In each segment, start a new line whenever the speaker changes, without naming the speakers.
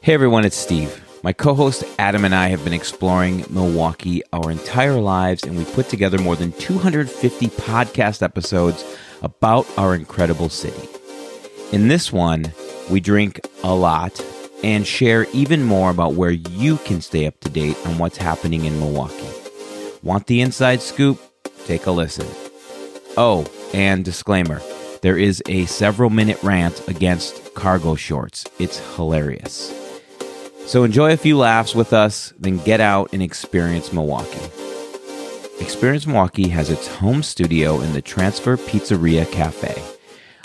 Hey everyone, it's Steve. My co host Adam and I have been exploring Milwaukee our entire lives, and we put together more than 250 podcast episodes about our incredible city. In this one, we drink a lot and share even more about where you can stay up to date on what's happening in Milwaukee. Want the inside scoop? Take a listen. Oh, and disclaimer there is a several minute rant against cargo shorts. It's hilarious. So enjoy a few laughs with us, then get out and experience Milwaukee. Experience Milwaukee has its home studio in the Transfer Pizzeria Cafe.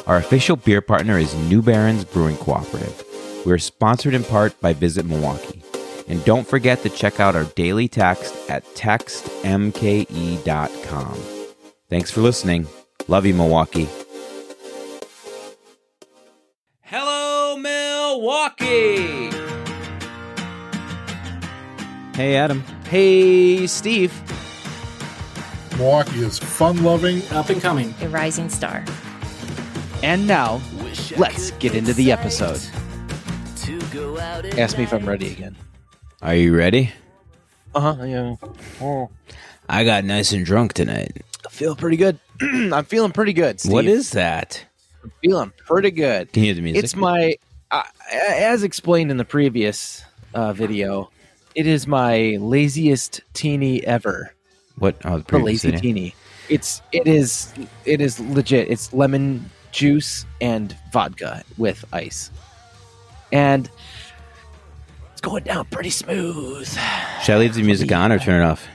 Our official beer partner is New Barons Brewing Cooperative. We are sponsored in part by Visit Milwaukee. And don't forget to check out our daily text at textmke.com. Thanks for listening. Love you, Milwaukee. Hello, Milwaukee! Hey, Adam. Hey, Steve.
Milwaukee is fun loving.
Up and coming.
a rising star.
And now, let's get into the episode. Ask me if I'm ready again.
Are you ready?
Uh huh. Yeah.
I got nice and drunk tonight.
I feel pretty good. I'm feeling pretty good. Steve.
What is that?
I'm feeling pretty good?
Can you hear the music?
It's my, uh, as explained in the previous uh, video, it is my laziest teeny ever.
what? Oh, the
The
previous
lazy
video.
teeny. It's it is it is legit. It's lemon juice and vodka with ice, and it's going down pretty smooth.
Should I leave the music on or turn it off?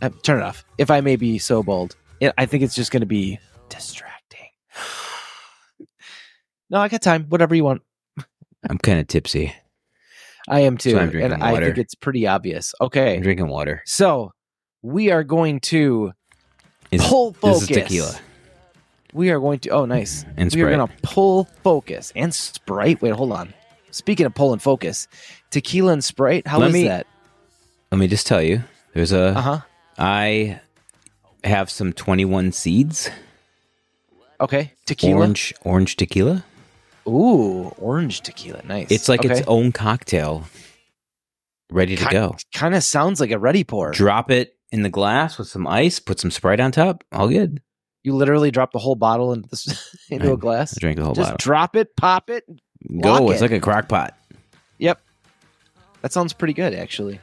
Uh, turn it off. If I may be so bold, it, I think it's just going to be distracting. no, I got time. Whatever you want.
I'm kind of tipsy.
I am too,
I'm
and
drinking
I
water.
think it's pretty obvious.
I'm
Okay,
drinking water.
so we are going to
It's-
pull focus.
This is tequila.
We are going to. Oh, nice.
And
we are
Sprite.
going to pull focus and Sprite. Wait, hold on. Speaking of pull and focus, tequila and Sprite. How is
Let me-
that?
Let me just tell you. There's a. I
Uh huh.
have some 21 seeds.
Okay. Tequila.
Orange, orange tequila.
Ooh, orange tequila. Nice.
It's like
okay.
its own cocktail, ready to go.
Kind of sounds like a ready pour.
Drop it in the glass with some ice. Put some Sprite on top. All good.
You literally drop the whole bottle into, this, into a
Right.
glass.
I drank the whole
Just
bottle.
drop it, pop it.
go.
lock
It's
it.
like a crock pot.
Yep. That sounds pretty good, actually.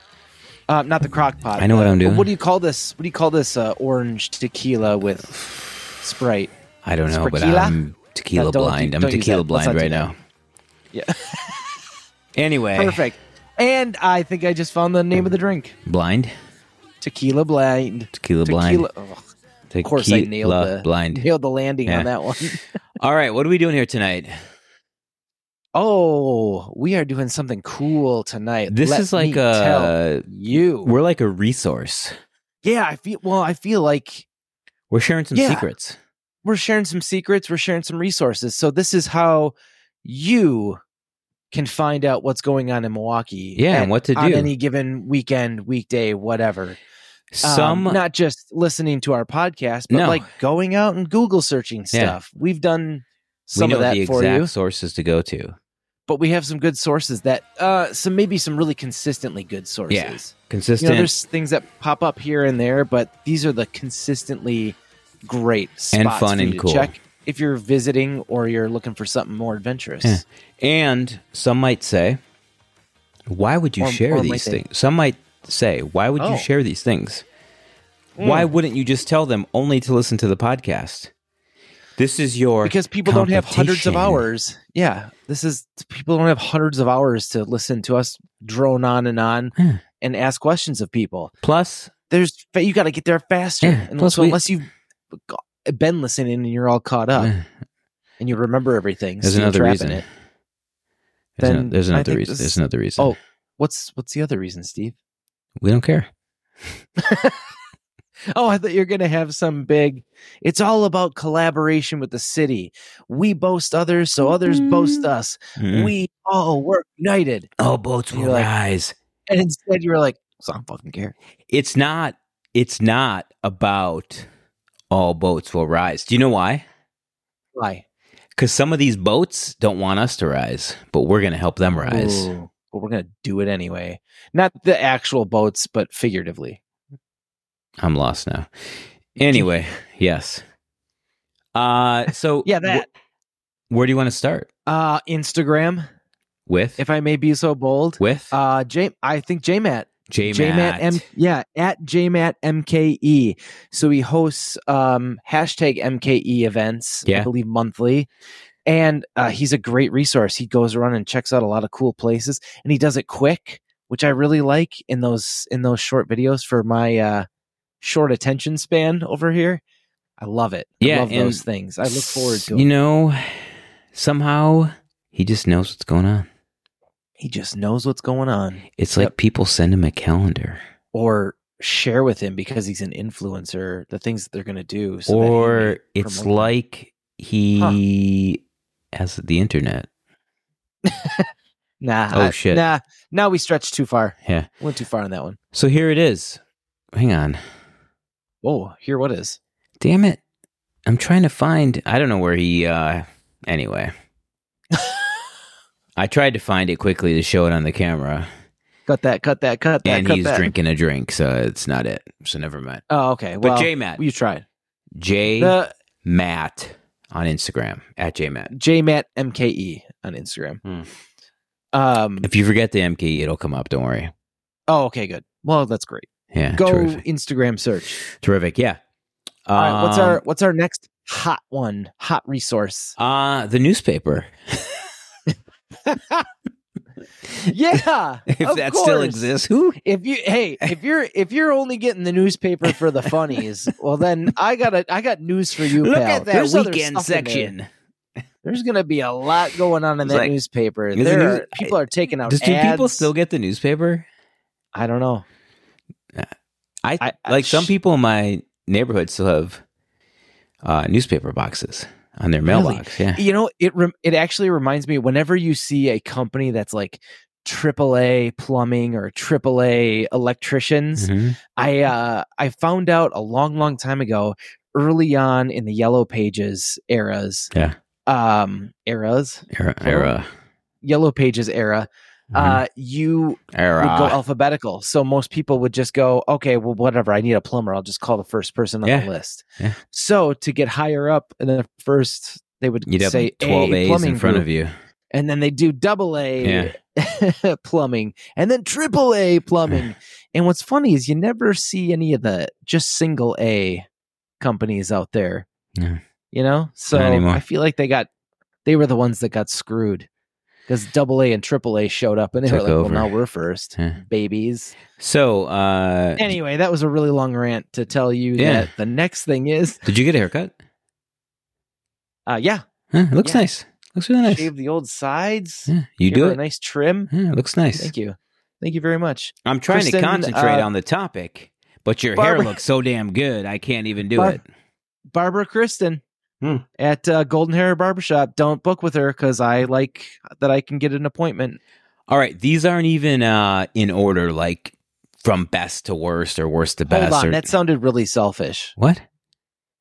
Uh, not the crock pot.
I know what
but-
I'm
but
doing.
What do you call this? What do you call this uh, orange tequila with Sprite?
I don't know, but
Tequila?
I'm tequila
Yeah, don't-
blind. I'm
don't use
tequila
that. Let's
blind
not do
right
that.
now.
Yeah.
Anyway,
Perfect. And I think I just found the name of the drink.
blind
Tequila blind.
tequila blind.
Tequila. Ugh, of course, I nailed
Tequila
the
blind.
nailed the landing
Yeah.
on that one.
All right, what are we doing here tonight?
oh, we are doing something cool tonight.
This
Let
is like
me tell
a
you.
we're like a resource.
Yeah, I feel well. I feel like
We're sharing some
Yeah.
secrets.
we're sharing some secrets, we're sharing some resources. So this is how you can find out what's going on in Milwaukee.
Yeah, and
at-
what to
on
do.
any given weekend, weekday, whatever. Um,
Some
not just listening to our podcast, but
No.
like going out and Google searching
Yeah.
stuff. We've done
we
some
know
of that
the
for
exact
you,
sources to go to
but we have some good sources that uh some maybe some really consistently good sources. You
consistent.
know, there's things that pop up here and there, but these are the consistently great spots
And fun and
for you to
cool.
Check if you're visiting or you're looking for something more adventurous.
Yeah. and some might say, why would you
Or-
share
or might
these
they-
things? Some might say, why would
Oh. Hmm.
you share these things? Why wouldn't you just tell them only to listen to the podcast? This is your
Because people don't have hundreds of
competition.
hours. Yeah, this is people don't have hundreds of hours to listen to us drone on and on
Yeah.
and ask questions of people.
Plus,
There's fa- you got to get there faster.
Yeah,
And
plus
so
we-
unless you've g- been listening and you're all caught
Eh,
up and you remember everything,
there's
so you're
another
trapping
reason.
It.
There's,
Then
ano- there's
I
another
think
reason.
this-
There's another reason.
Oh. What's what's the other reason, Steve?
we don't care.
Oh, I thought you're going to have some big. It's all about collaboration with the city. We boast others, so others boast us.
Mm-mm.
We all work united.
All oh, boats
Hmm. You're
will
like-
rise.
And instead, you were like, so I don't fucking care.
It's not. It's not about all boats will rise. Do you know why?
Why?
Because some of these boats don't want us to rise, but we're going to help them rise.
Ooh, But we're we're gonna do it anyway. Not the actual boats, but figuratively.
I'm lost now. Anyway, yes. Uh, so
Yeah, that
wh- where do you want to start
uh, Instagram,
with?
if I may be so bold.
with
Uh, J, I think JMat
J
JMat M yeah at JMat MKE. So he hosts um hashtag MKE events,
Yeah.
I believe monthly. And uh, he's a great resource. He goes around and checks out a lot of cool places and he does it quick, which I really like in those in those short videos for my uh short attention span over here. I love it.
Yeah,
I love
and
those things. I look forward to
You
it.
know, somehow he just knows what's going on.
He just knows what's going on.
It's like
Yep.
people send him a calendar,
Or share with him because he's an influencer, the things that they're gonna do. So that he may
or it's
promote them.
like he has the internet.
Nah.
Oh,
I-
shit.
Nah. Now we stretched too far.
Yeah.
Went too far on that one.
So here it is. Hang on.
Oh, here what is?
Damn it. I'm trying to find. I don't know where he. uh Anyway, I tried to find it quickly to show it on the camera,
Cut that. Cut that. Cut that.
and
cut
he's
that.
drinking a drink, so it's not it. So never mind.
Oh, okay.
But
Well,
J Matt,
you tried.
J
The
Matt on Instagram at J Matt.
JMat MKE on Instagram.
Hmm.
Um.
If you forget the MK, it'll come up. Don't worry.
Oh, okay. Good. Well, that's great.
Yeah.
Go
Terrific.
Instagram search.
Terrific. Yeah.
All right. What's our
Um,
What's our next hot one? Hot resource.
uh the newspaper?
Yeah.
If
of
that still
course.
exists, who?
If you hey, if you're if you're only getting the newspaper for the funnies, well then I got a I got news for you.
Look
pal.
at that
There's other
weekend
stuff in there.
section.
There's gonna be a lot going on in
It's
that
like-
newspaper.
Is the
There
news-
are, people are taking out.
Does, do people
ads.
still get the newspaper?
I don't know.
I,
I- I-
like some
sh-
people in my neighborhood still have uh, newspaper boxes on their
Really?
mailbox. Yeah,
You know, it rem- it actually reminds me. Whenever you see a company that's like AAA plumbing or AAA electricians,
Mhm.
I uh, I found out a long, long time ago, early on in the Yellow Pages eras.
Yeah.
Um, eras,
era, era,
Yellow Pages era.
Mhm.
Uh, you
era.
would go alphabetical. So most people would just go, okay, well, whatever. I need a plumber. I'll just call the first person on
Yeah.
the list.
Yeah.
So to get higher up, and then first they would
You'd have
say
twelve
a
A's
plumbing
in front of
group,
you.
and then they do double A plumbing, and then triple A plumbing. and what's funny is you never see any of the just single A companies out there.
No.
You know, so
anymore.
I feel like they got they were the ones that got screwed. Because double A and triple A showed up and they were
Took
like,
over.
well, now we're first.
Yeah.
Babies
So, uh,
anyway, that was a really long rant to tell you
Yeah.
that the next thing is,
did you get a haircut?
uh, yeah,
Huh, it looks
Yeah.
nice. Looks really nice.
shave the old sides,
Yeah, you
give
do
her a
it.
nice trim.
Yeah, it looks nice.
Thank you, thank you very much.
I'm trying
Kristen,
to concentrate
uh,
on the topic, but your hair
Barbara-
looks so damn good. I can't even do
Bar-
it.
Barbara Kristen
Hmm.
at uh, Golden Hair Barbershop. Don't book with her because I like that I can get an appointment.
All right, these aren't even uh, in order, like from best to worst or worst to best.
Hold on,
or-
that sounded really selfish.
what?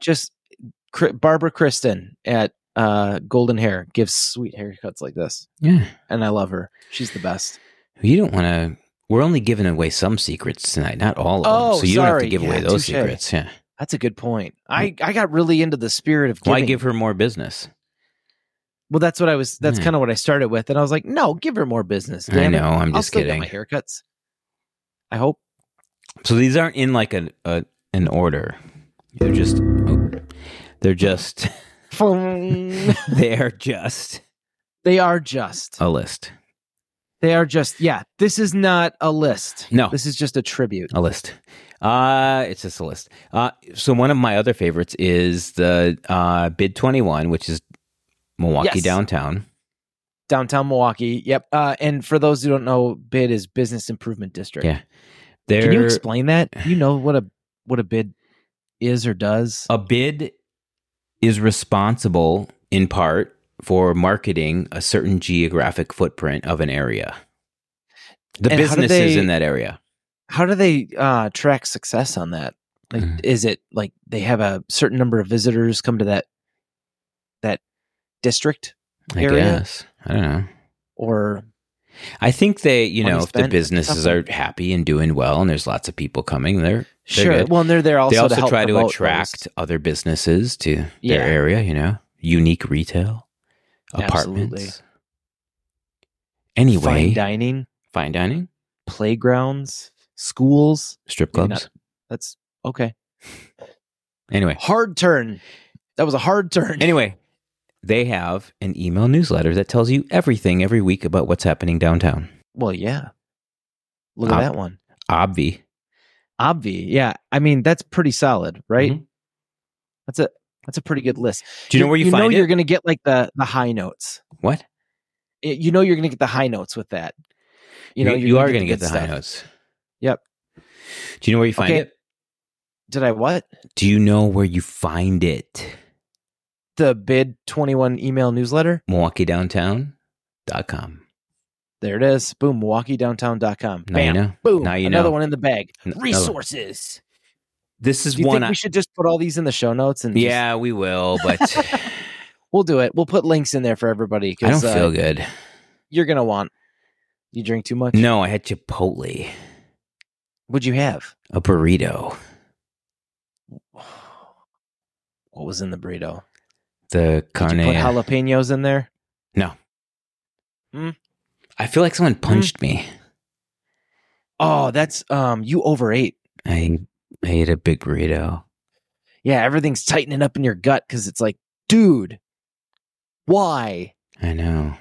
Just Cri- Barbara Kristen at uh, Golden Hair gives sweet haircuts like this,
Yeah,
and I love her. She's the best.
you don't want to. We're only giving away some secrets tonight, not all of
Oh,
them. So you don't have to
sorry.
give away
Yeah,
those
touche.
secrets. Yeah.
That's a good point. I, I got really into the spirit of giving.
Hmm. Why give her more business?
Well, that's what I was. That's
Hmm.
kind of what I started with, and I was like, "No, give her more business."
I
Damn
know.
It.
I'm
I'll
just
still
kidding.
get my haircuts. I hope.
So these aren't in like an a, an order. They're just. oh, they're just.
they
they're just
are just.
a list.
They are just. Yeah, this is not a list.
No.
this is just a tribute.
a list. Uh, it's just a list. Uh, so one of my other favorites is the uh, Bid Twenty One, which is Milwaukee
Yes.
downtown.
Downtown Milwaukee. Yep. Uh, and for those who don't know, BID is Business Improvement District.
Yeah. There,
Can you explain that? You know what a what a bid is or does?
a bid is responsible in part for marketing a certain geographic footprint of an area. The
And how do
businesses
they-
in that area.
How do they uh, track success on that? Like,
Mhm.
is it like they have a certain number of visitors come to that that district
I
area?
guess I don't know.
or
I think they, you
Money
know, if the
spent,
businesses are
something.
happy and doing well, and there's lots of people coming, they're, they're
Sure.
good.
Well, and they're there also,
they also
to help
try to
promote
attract
those.
other businesses to
Yeah.
their area. You know, unique retail apartments.
Absolutely.
Anyway,
fine dining,
fine dining,
playgrounds, schools.
strip
Maybe
clubs.
not- That's okay.
Anyway,
Hard turn. That was a hard turn.
anyway, they have an email newsletter that tells you everything every week about what's happening downtown.
Well, yeah. Look at
Ob-
that one.
Obvi,
Obvi. Yeah. I mean, that's pretty solid, right?
Mhm.
That's a that's a pretty good list.
do you, know where you,
you
find
know
it?
you're going to get like the the high notes.
what?
Y- You know you're going to get the high notes with that. You know
you
you're
are going to get
good
the high
stuff.
notes.
Yep.
Do you know where you find
Okay.
it?
Did I what?
Do you know where you find it?
The bid 21 email newsletter.
MilwaukeeDowntown.com.
There it is. Boom, milwaukeedowntown.com.
Now you
Bam.
know.
Boom.
Now you
Another
know.
one in the bag.
N- another one.
Resources.
This is
Do you
one.
think
I,
we should just put all these in the show notes and just-
yeah, we will, but I
we'll do it. We'll put links in there for everybody
don't
because
feel good.
you're gonna want. You drink too much.
No, I had Chipotle,
What'd you have?
a burrito,
What was in the burrito?
the
Did
carne.
you put jalapenos in there?
I feel like someone
Hmm.
punched me.
Oh, that's um. You overate.
I ate a big burrito.
Yeah, everything's tightening up in your gut because it's like, dude, why?
I know.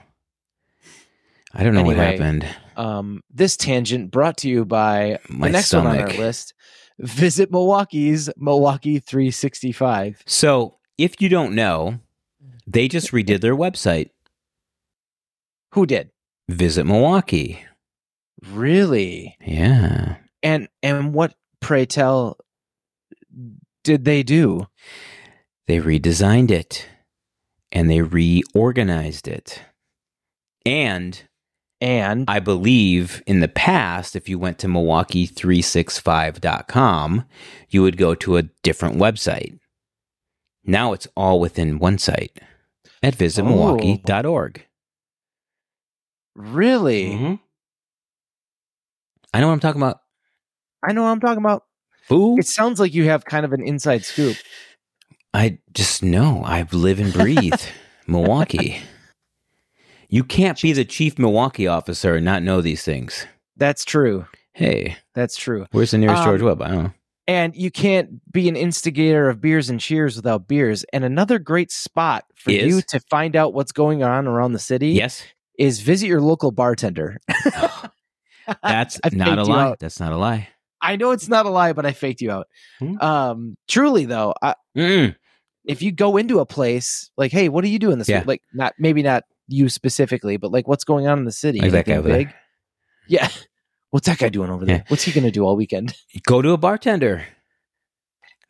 I don't know what
Anyway,
happened.
Um, this tangent brought to you by
My
the next one on
stomach.
our list. Visit Milwaukee's Milwaukee 365.
So, if you don't know, they just redid their website.
Who did?
Visit Milwaukee.
Really?
Yeah.
And and what pray tell did they do?
They redesigned it and they reorganized it. And
And
I believe in the past, if you went to Milwaukee365.com, you would go to a different website. Now it's all within one site
Oh.
at visitmilwaukee.org.
really,
Eh, Mm-hmm. I know what I'm talking about.
I know what I'm talking about.
Boo.
It sounds like you have kind of an inside scoop.
I just know I live and breathe Milwaukee. You can't be the chief Milwaukee officer and not know these things.
That's true.
Hey,
That's true.
where's the nearest
Um,
George Webb? I don't know.
And you can't be an instigator of beers and cheers without beers. And another great spot for
Is?
you to find out what's going on around the city
Yes,
is visit your local bartender.
that's
I
not a
faked you
lie.
out.
That's not a lie.
I know it's not a lie, but I faked you out.
Hmm.
Um, truly though, I,
Mm-mm.
if you go into a place like hey what are you doing this
Yeah.
week? like not maybe not you specifically but like what's going on in the city
Like that guy
Anything
over there.
yeah what's that guy doing over there
Yeah.
what's he gonna do all weekend
Go to a bartender.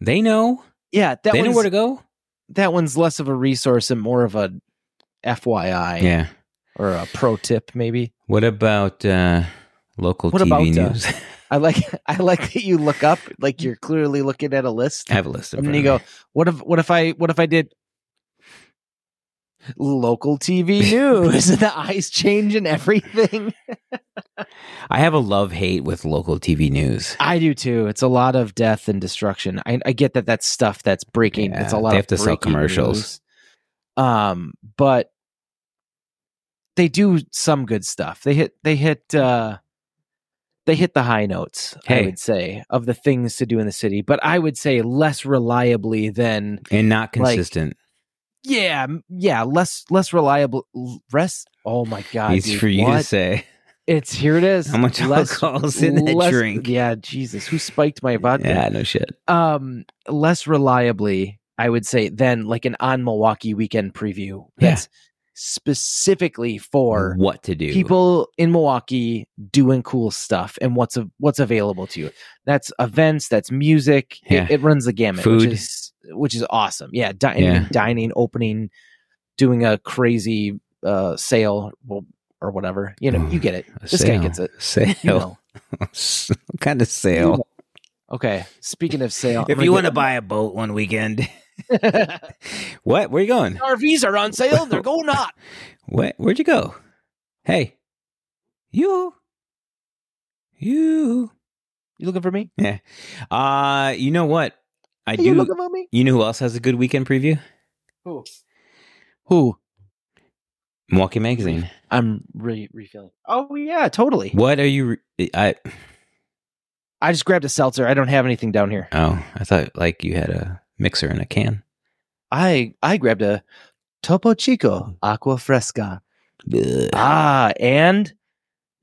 They know.
yeah that
they know
one's,
where to go.
that one's less of a resource and more of a fyi
Yeah.
or a pro tip maybe
What about uh, local
What
TV
about, uh,
news?
i like i like that you look up like you're clearly looking at a list
I have a list of
and then you go what if what if i what if i did local tv news the eyes change and everything
I have a love hate with local TV news.
I do too. It's a lot of death and destruction. I, I get that that's stuff that's breaking. it's a
Yeah,
lot.
they
of
have to sell
breaking
commercials.
news. Um, but they do some good stuff. They hit. They hit. uh They hit the high notes. I
Hey.
would say of the things to do in the city, but I would say less reliably than
And not
Like,
consistent.
yeah, m- yeah, less less reliable. Rest. Oh my god!
it's
dude,
for you to
what?
say.
It's here. It is.
How much
Less-
alcohol's in that
less-
drink?
Yeah, Jesus, who spiked my vodka?
Yeah, no shit.
um less reliably i would say than like an on milwaukee weekend preview
Yeah.
that's specifically for
what to do?
people in milwaukee doing cool stuff and what's a, what's available to you that's events that's music
Yeah.
it, it runs the gamut
Food.
which is which is awesome yeah, di-
Yeah.
dining opening doing a crazy uh sale well, or whatever you know
Oh,
you get it
A
this guy
sale.
gets it
Sale.
you know
what kind of sale?
You know. okay speaking of sale I'm
if
gonna
you
get-
want to buy a boat one weekend, what? Where you going?
RVs are on sale. They're going up.
What? Where'd you go? Hey, You. You.
You looking for me?
Uh, you know what? I
you
do.
looking for me?
You know who else has a good weekend preview?
Who? Who?
Milwaukee Magazine.
I'm re refilling. Oh yeah, totally.
What are you? Re- I
I just grabbed a seltzer. I don't have anything down here.
oh, I thought like you had a mixer in a can.
I I grabbed a Topo Chico Aqua Fresca.
Ugh.
Ah, and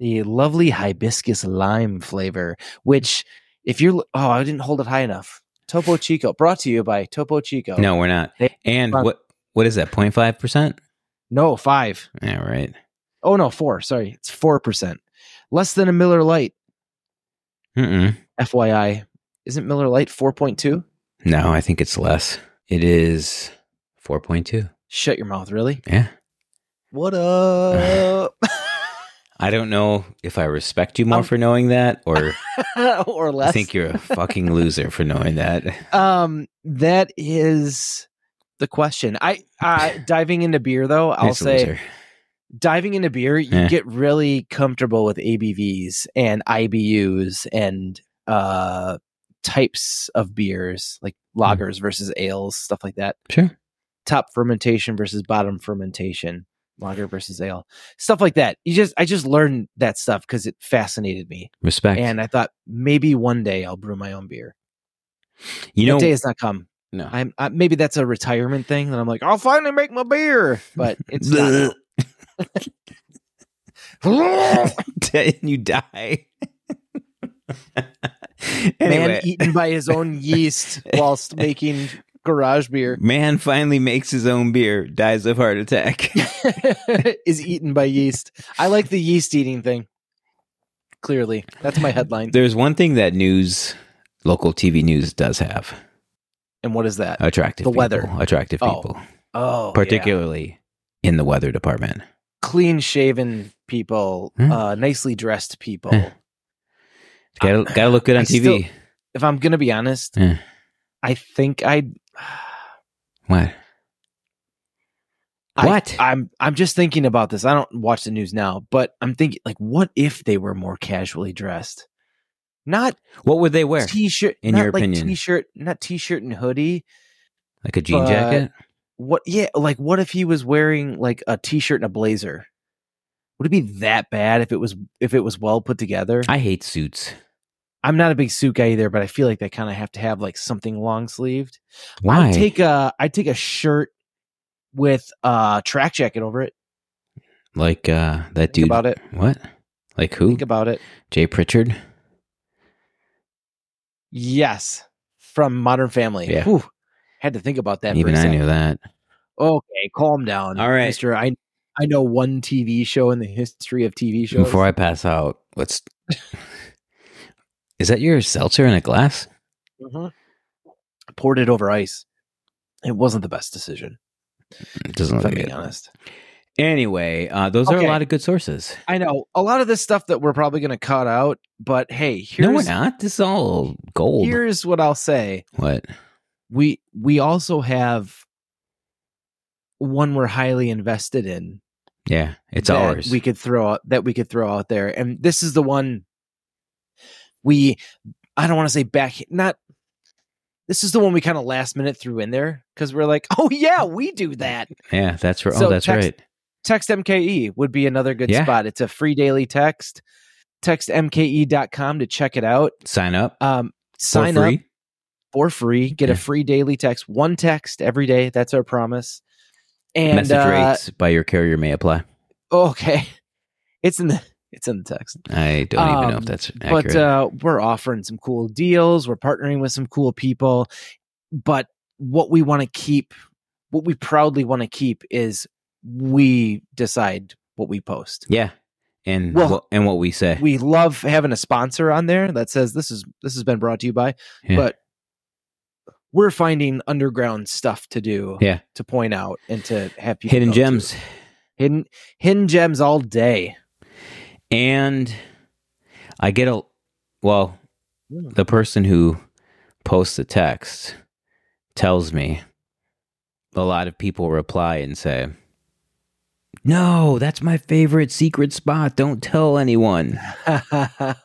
the lovely hibiscus lime flavor, which if you're oh, I didn't hold it high enough. Topo Chico, brought to you by Topo Chico.
No, we're not.
They-
And what? What is that? 05 percent.
No, five.
Yeah, right.
Oh no, four. Sorry. It's four percent. Less than a Miller Light,
Mm-mm.
FYI. Isn't Miller Light four point two?
No, I think it's less. It is four point two.
Shut your mouth, really?
Yeah.
What up?
I don't know if I respect you more
Um,
for knowing that, or
or less.
I think you're a fucking loser for knowing that.
Um, that is the question. I uh, diving into beer though, I'll
It's a
say
loser.
diving into beer, you
Yeah.
get really comfortable with ABVs and IBUs and uh types of beers like lagers
Mm.
versus ales, stuff like that.
Sure.
Top fermentation versus bottom fermentation, lager versus ale, stuff like that. You just I just learned that stuff because it fascinated me,
Respect.
and uh, I thought maybe one day I'll brew my own beer.
you
that
know,
day has not come.
no.
I'm I, maybe that's a retirement thing that I'm like, I'll finally make my beer, but it's not.
Dead and you die. anyway,
man eaten by his own yeast whilst making garage beer
man finally makes his own beer, dies of heart attack.
is eaten by yeast. I like the yeast eating thing. Clearly, that's my headline.
There's one thing that news, local TV news, does have
And what is that?
attractive
The
people,
weather.
attractive
Oh,
people, Uh,
Oh, yeah.
particularly in the weather department.
clean shaven people,
Hmm.
uh, nicely dressed people.
Yeah. Gotta, gotta look good on
I
TV.
If I'm gonna be honest,
Yeah.
I think I'd.
What?
I-
What?
I'm I'm just thinking about this. I don't watch the news now, but I'm thinking like, what if they were more casually dressed? Not
What would they wear?
t-shirt.
in
not
your
like
opinion?
t-shirt, not t-shirt and hoodie.
Like a jean
Uh,
jacket?
What? Yeah, like what if he was wearing like a t-shirt and a blazer? Would it be that bad if it was if it was well put together?
I hate suits.
I'm not a big suit guy either, but I feel like they kind of have to have like something long sleeved.
Why?
I take a I take a shirt with a track jacket over it.
like uh, that dude.
Think about it.
What? Like who?
Think about it.
Jay Pritchard?
Yes, from Modern Family.
Yeah.
Whew. Had to think about that.
Even
for a
I
second.
knew that.
Okay, calm down.
All right.
Mister. I I know one TV show in the history of TV shows.
Before I pass out, let's. Is that your seltzer in a glass?
Mhm. poured it over ice. It wasn't the best decision,
It doesn't
if I'm
look
being
good.
honest.
Anyway, uh, those are
Okay.
a lot of good sources.
I know a lot of this stuff that we're probably going to cut out, but hey, here's
no, we're not. This is all gold.
here's what I'll say.
What?
We we also have one we're highly invested in.
Yeah, it's
that
ours.
We could throw out that we could throw out there, and this is the one we. I don't want to say back. Not this is the one we kind of last minute threw in there because we're like, oh yeah, we do that.
yeah, that's right.
So
oh, that's
text-
right.
Text MKE would be another good
Yeah.
spot. It's a free daily text. Text MKE.com to check it out.
Sign up.
Um,
for
sign
free.
up for free. Get
Yeah.
a free daily text. One text every day. That's our promise. And
Message
uh,
rates by your carrier may apply.
okay, it's in the it's in the text.
I don't even know
Um,
if that's accurate.
but uh, we're offering some cool deals. We're partnering with some cool people. But what we want to keep, what we proudly want to keep, is we decide what we post.
yeah, and
well,
what, and what we say.
We love having a sponsor on there that says this is this has been brought to you by,
Yeah.
but we're finding underground stuff to do,
Yeah.
to point out and to have people
Hidden
go to.
gems
hidden hidden gems all day.
and I get a well.
Hmm.
The person who posts the text tells me a lot of people reply and say, No, that's my favorite secret spot. Don't tell anyone.
and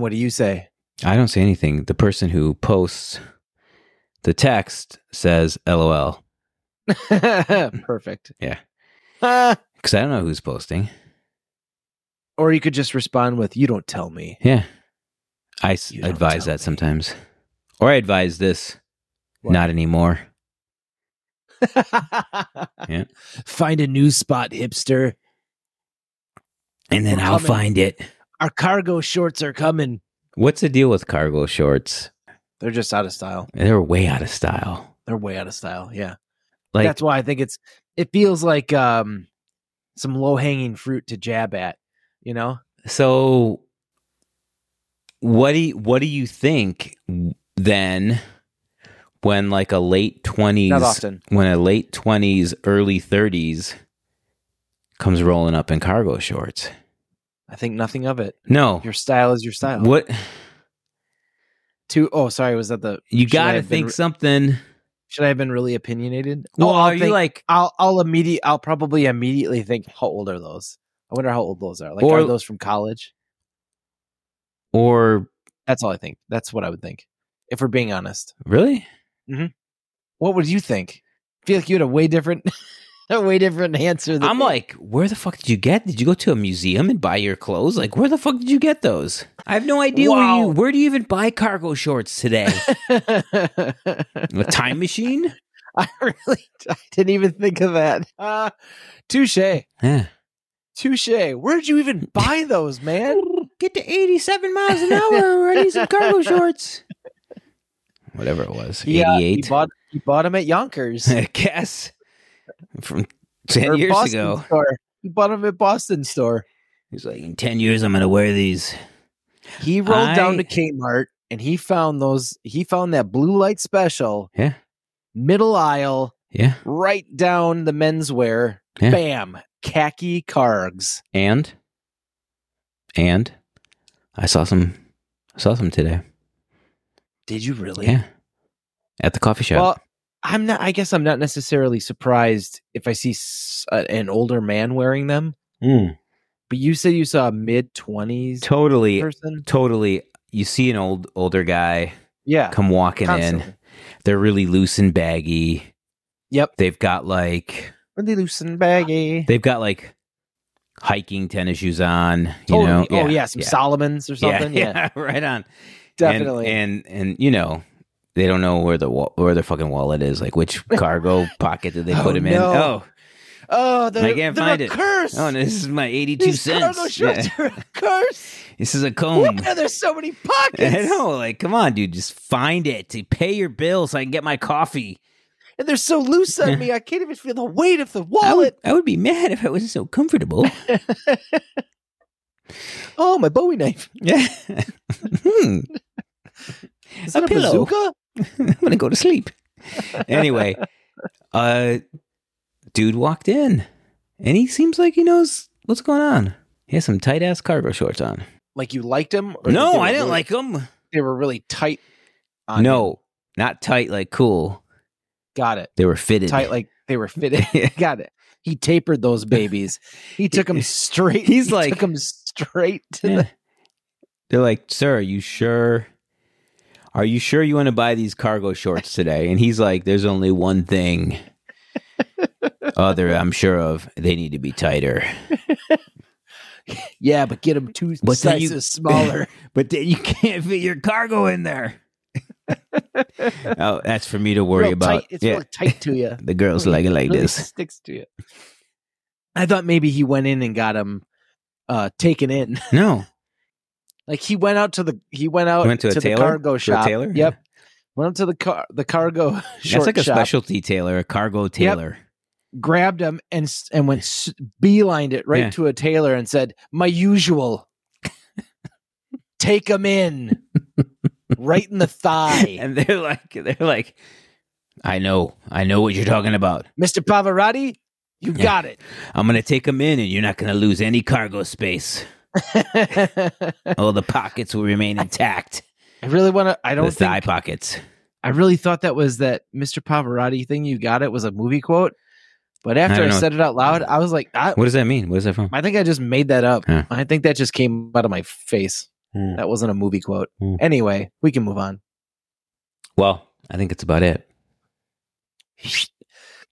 what do you say?
I don't say anything. The person who posts the text says LOL
Perfect.
Yeah.
Ah.
because I don't know who's posting.
or you could just respond with, "You don't tell me."
Yeah. I s-
You don't
advise
tell
that sometimes. Or I advise this
What?
not anymore. Yeah.
Find a new spot, hipster.
And then
We're
I'll
coming.
find it.
Our cargo shorts are coming.
What's the deal with cargo shorts?
They're just out of style.
They're way out of style.
They're way out of style. Yeah.
Like
That's why I think it's it feels like um some low hanging fruit to jab at, you know?
So, what do you, what do you think then when like a late
Not
twenties
often.
when a late twenties early thirties comes rolling up in cargo shorts?
I think nothing of it.
No,
Your style is your style.
what
Two oh sorry, was that the
you
Should
got
I
to
have been
think
re-
something.
should I have been really opinionated?
Well,
oh, I'll
are you
think-
like
I'll I'll immediate I'll probably immediately think, how old are those? I wonder how old those are. Like
Or-
are those from college?
or
That's all I think. That's what I would think. If we're being honest.
really?
What would you think? I feel like you had a way different a way different answer than
I'm like, where the fuck did you get? Did you go to a museum and buy your clothes? Like, where the fuck did you get those? I have no idea where you
Wow.
where do you even buy cargo shorts today? a time machine?
I really I didn't even think of that. Uh, touche.
Yeah.
Touche. Where'd you even buy those, man?
Get to 87 miles an hour. I need some cargo shorts. Whatever it was,
He, uh, he
88.
bought he bought them at Yonkers.
I guess from 10
or
years
Boston
ago.
Store. He bought them at Boston store.
He's like, in 10 years, I'm going to wear these.
He rolled down
I-
to Kmart and he found those he found that blue light special.
Yeah.
Middle aisle,
Yeah.
right down the menswear.
Yeah.
Bam. Khaki cargs.
And, and I saw some, I saw some today.
Did you really?
Yeah. At the coffee shop.
Well, I'm not. I guess I'm not necessarily surprised if I see s- a, an older man wearing them.
Mm.
But you said you saw a mid twenties
Totally,
person.
totally. You see an old, older guy
Yeah,
come walking in.
constantly.
They're really loose and baggy.
Yep,
They've got like,
really loose and baggy.
They've got like hiking tennis shoes on, you
totally.
know.
oh yeah, some Solomons or
yeah,
something. Yeah,
yeah, right on.
definitely.
And, and and you know, they don't know where the wa- where their fucking wallet is, like which cargo pocket did they
Oh,
put him in?
no.
Oh,
oh, they're,
I can't
they're
find
a
it.
curse.
oh, no, this is my eighty-two
These
cents.
cargo shorts
Yeah.
are a curse.
This is a comb.
Why are there so many
I
pockets?
know, like, come on, dude, just find it. Pay your bill so I can get my coffee.
And they're so loose
Yeah.
on me, I can't even feel the weight of the
I would,
wallet.
I would be mad if I wasn't so comfortable.
Oh, my Bowie knife.
yeah. Hmm.
Is
A
that a,
pillow.
bazooka?
I'm gonna go to sleep. Anyway, uh, dude walked in, and he seems like he knows what's going on. He has some tight ass cargo shorts on.
Like you liked him? or they
No,
were
I didn't
really-
like them.
they were really tight. On him.
No, not tight like cool.
got it.
They were fitted.
Tight like they were fitted. got it. He tapered those babies. He took them straight.
He's
he
like-
took them straight to
Yeah.
the.
They're like, sir, are you sure? Are you sure you want to buy these cargo shorts today? And he's like, there's only one thing. Other, I'm sure of. They need to be tighter.
Yeah, but get them two
But then you-
sizes smaller.
but then you can't fit your cargo in there. oh, that's for me to worry
Real
about.
Tight. It's
yeah,
real tight to you.
the girls
Really-
like it like
really
this.
sticks to you. I thought maybe he went in and got him uh, taken in.
No,
Like he went out to the he went out
I went to a
the
tailor.
cargo
to a
shop.
tailor.
Yep, went up to the car the cargo short
that's like a
shop.
specialty tailor, a cargo tailor.
grabbed him and s- and went s- beelined it right
Yeah.
to a tailor and said, "My usual, take him in, right in the thigh,
And they're like, they're like, I know, I know what you're talking about.
Mister Pavarotti, you
Yeah.
got it."
I'm gonna take them in, and you're not gonna lose any cargo space. All the pockets will remain intact.
I really want to. I
The
don't
thigh
think.
pockets.
I really thought that was that Mister Pavarotti thing. You got it was a movie quote, But after I,
don't know.
said it out loud, I was like, I,
What does that mean? What is that from?
I think I just made that up.
Huh.
I think that just came out of my face.
Hmm.
That wasn't a movie quote.
Hmm.
Anyway, we can move on.
Well, I think it's about it.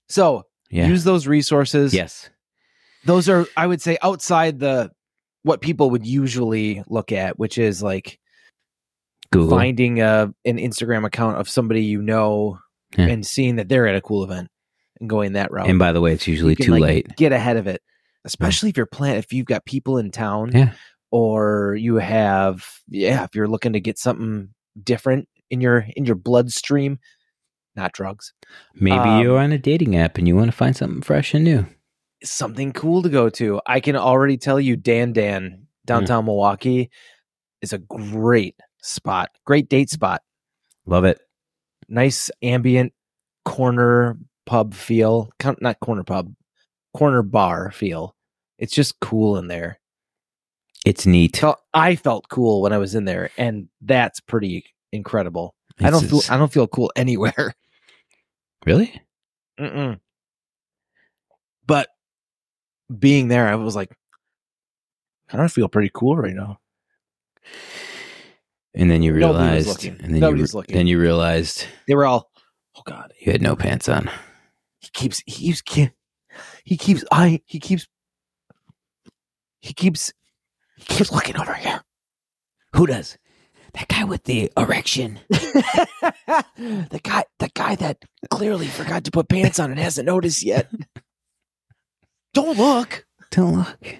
So
Yeah.
use those resources.
yes.
Those are, I would say, outside the what people would usually look at, which is like
Google.
finding a, an Instagram account of somebody you know
Yeah.
and seeing that they're at a cool event and going that route.
And by the way, it's usually
You can,
too
like,
late.
Get ahead of it, especially if you're plan if you've got people in town,
Yeah.
or you have yeah, if you're looking to get something different in your in your bloodstream, not drugs,
Maybe
um,
you're on a dating app and you want to find something fresh and new.
something cool to go to. I can already tell you, Dan Dan downtown Milwaukee is a great spot, great date spot,
Love it.
nice ambient corner pub feel, Con- not corner pub, corner bar feel. It's just cool in there.
It's neat.
felt I felt cool when I was in there, and that's pretty incredible. I
It's-
don't feel
it's-
I don't feel cool anywhere.
really?
Mm-mm. But being there, I was like, I don't feel pretty cool right now.
And then you
Nobody was
realized.
looking.
And then
Nobody's
you, re-
looking.
Then you realized
They were all, oh god,
you had no pants on.
he keeps he keeps ki- he keeps I he keeps he keeps he keeps looking over here.
Who does? That guy with the erection.
the guy the guy that clearly forgot to put pants on and hasn't noticed yet. Don't look.
Don't look.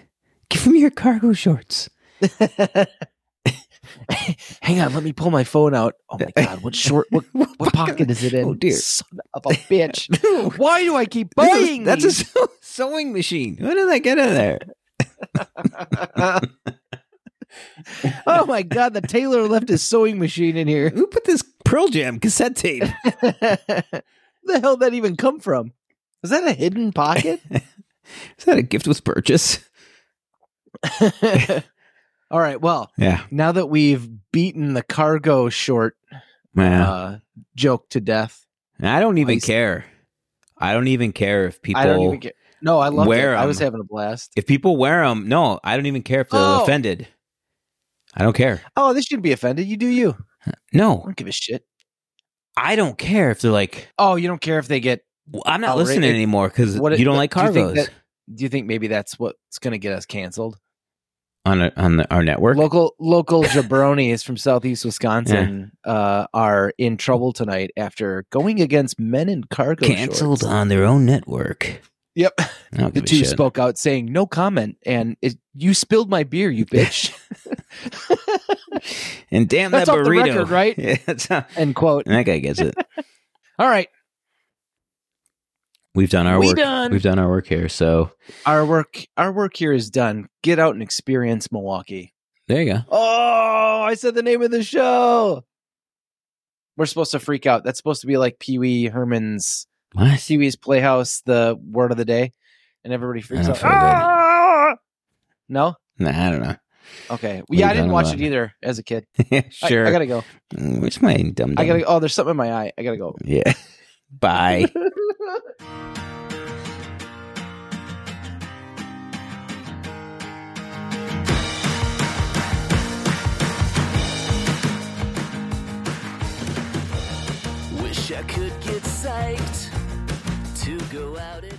Give me your cargo shorts.
Hang on, let me pull my phone out. Oh my god, what short what, what pocket is it in?
Oh, dear.
Son of a bitch.
Dude,
Why do I keep
that's a-
buying?
That's a
these?
sew- sewing machine. What did I get in there?
oh my god, the tailor left his sewing machine in here.
Who put this Pearl Jam cassette tape?
Where the hell did that even come from? Is that a hidden pocket?
Is that a gift with purchase?
All right, well,
Yeah.
now that we've beaten the cargo short
Yeah.
uh, joke to death,
And Uh, I don't even
Ice.
care. I don't even care if people
I don't even care. No, I loved
wear
it. I was
'em.
having a blast.
if people wear them. No, I don't even care if they're
Oh.
offended. I don't care.
Oh, this shouldn't be offended. You do you. I
No,
don't give a shit.
I don't care if they're like,
Oh, you don't care if they get
"Well, I'm not
Oh,
listening
right.
anymore because
what? it-
you don't like
do you think
cargos
that- do you think maybe that's what's going to get us canceled?
on a, on the, our network.
Local local jabronis from southeast Wisconsin uh, are in trouble tonight after going against men in cargo
Canceled
shorts.
on their own network.
Yep,
I don't
the
give a
two
shit.
spoke out, saying no comment, and it, you spilled my beer, you bitch.
And damn
That's
that
off the
burrito,
record, right?
Yeah, that's how-
End quote.
that guy gets it.
All right,
We've done our
We
work.
done.
We've done our work here. So
our work our work here is done. Get out and experience Milwaukee.
there you go.
Oh, I said the name of the show. We're supposed to freak out. That's supposed to be like Pee Wee Herman's
What?
Pee Wee's Playhouse, the word of the day, and everybody freaks
I don't
out.
feel good.
Ah! No,
Nah, I don't know.
okay. Well,
What
yeah,
are
I
you
didn't
talking
watch
about?
it either as a kid. I-
sure.
I, gotta go.
Mm, Where's my dumb?
I gotta. Oh, there's something in my eye. I gotta go.
Yeah. Bye.
Wish I could get psyched to go out and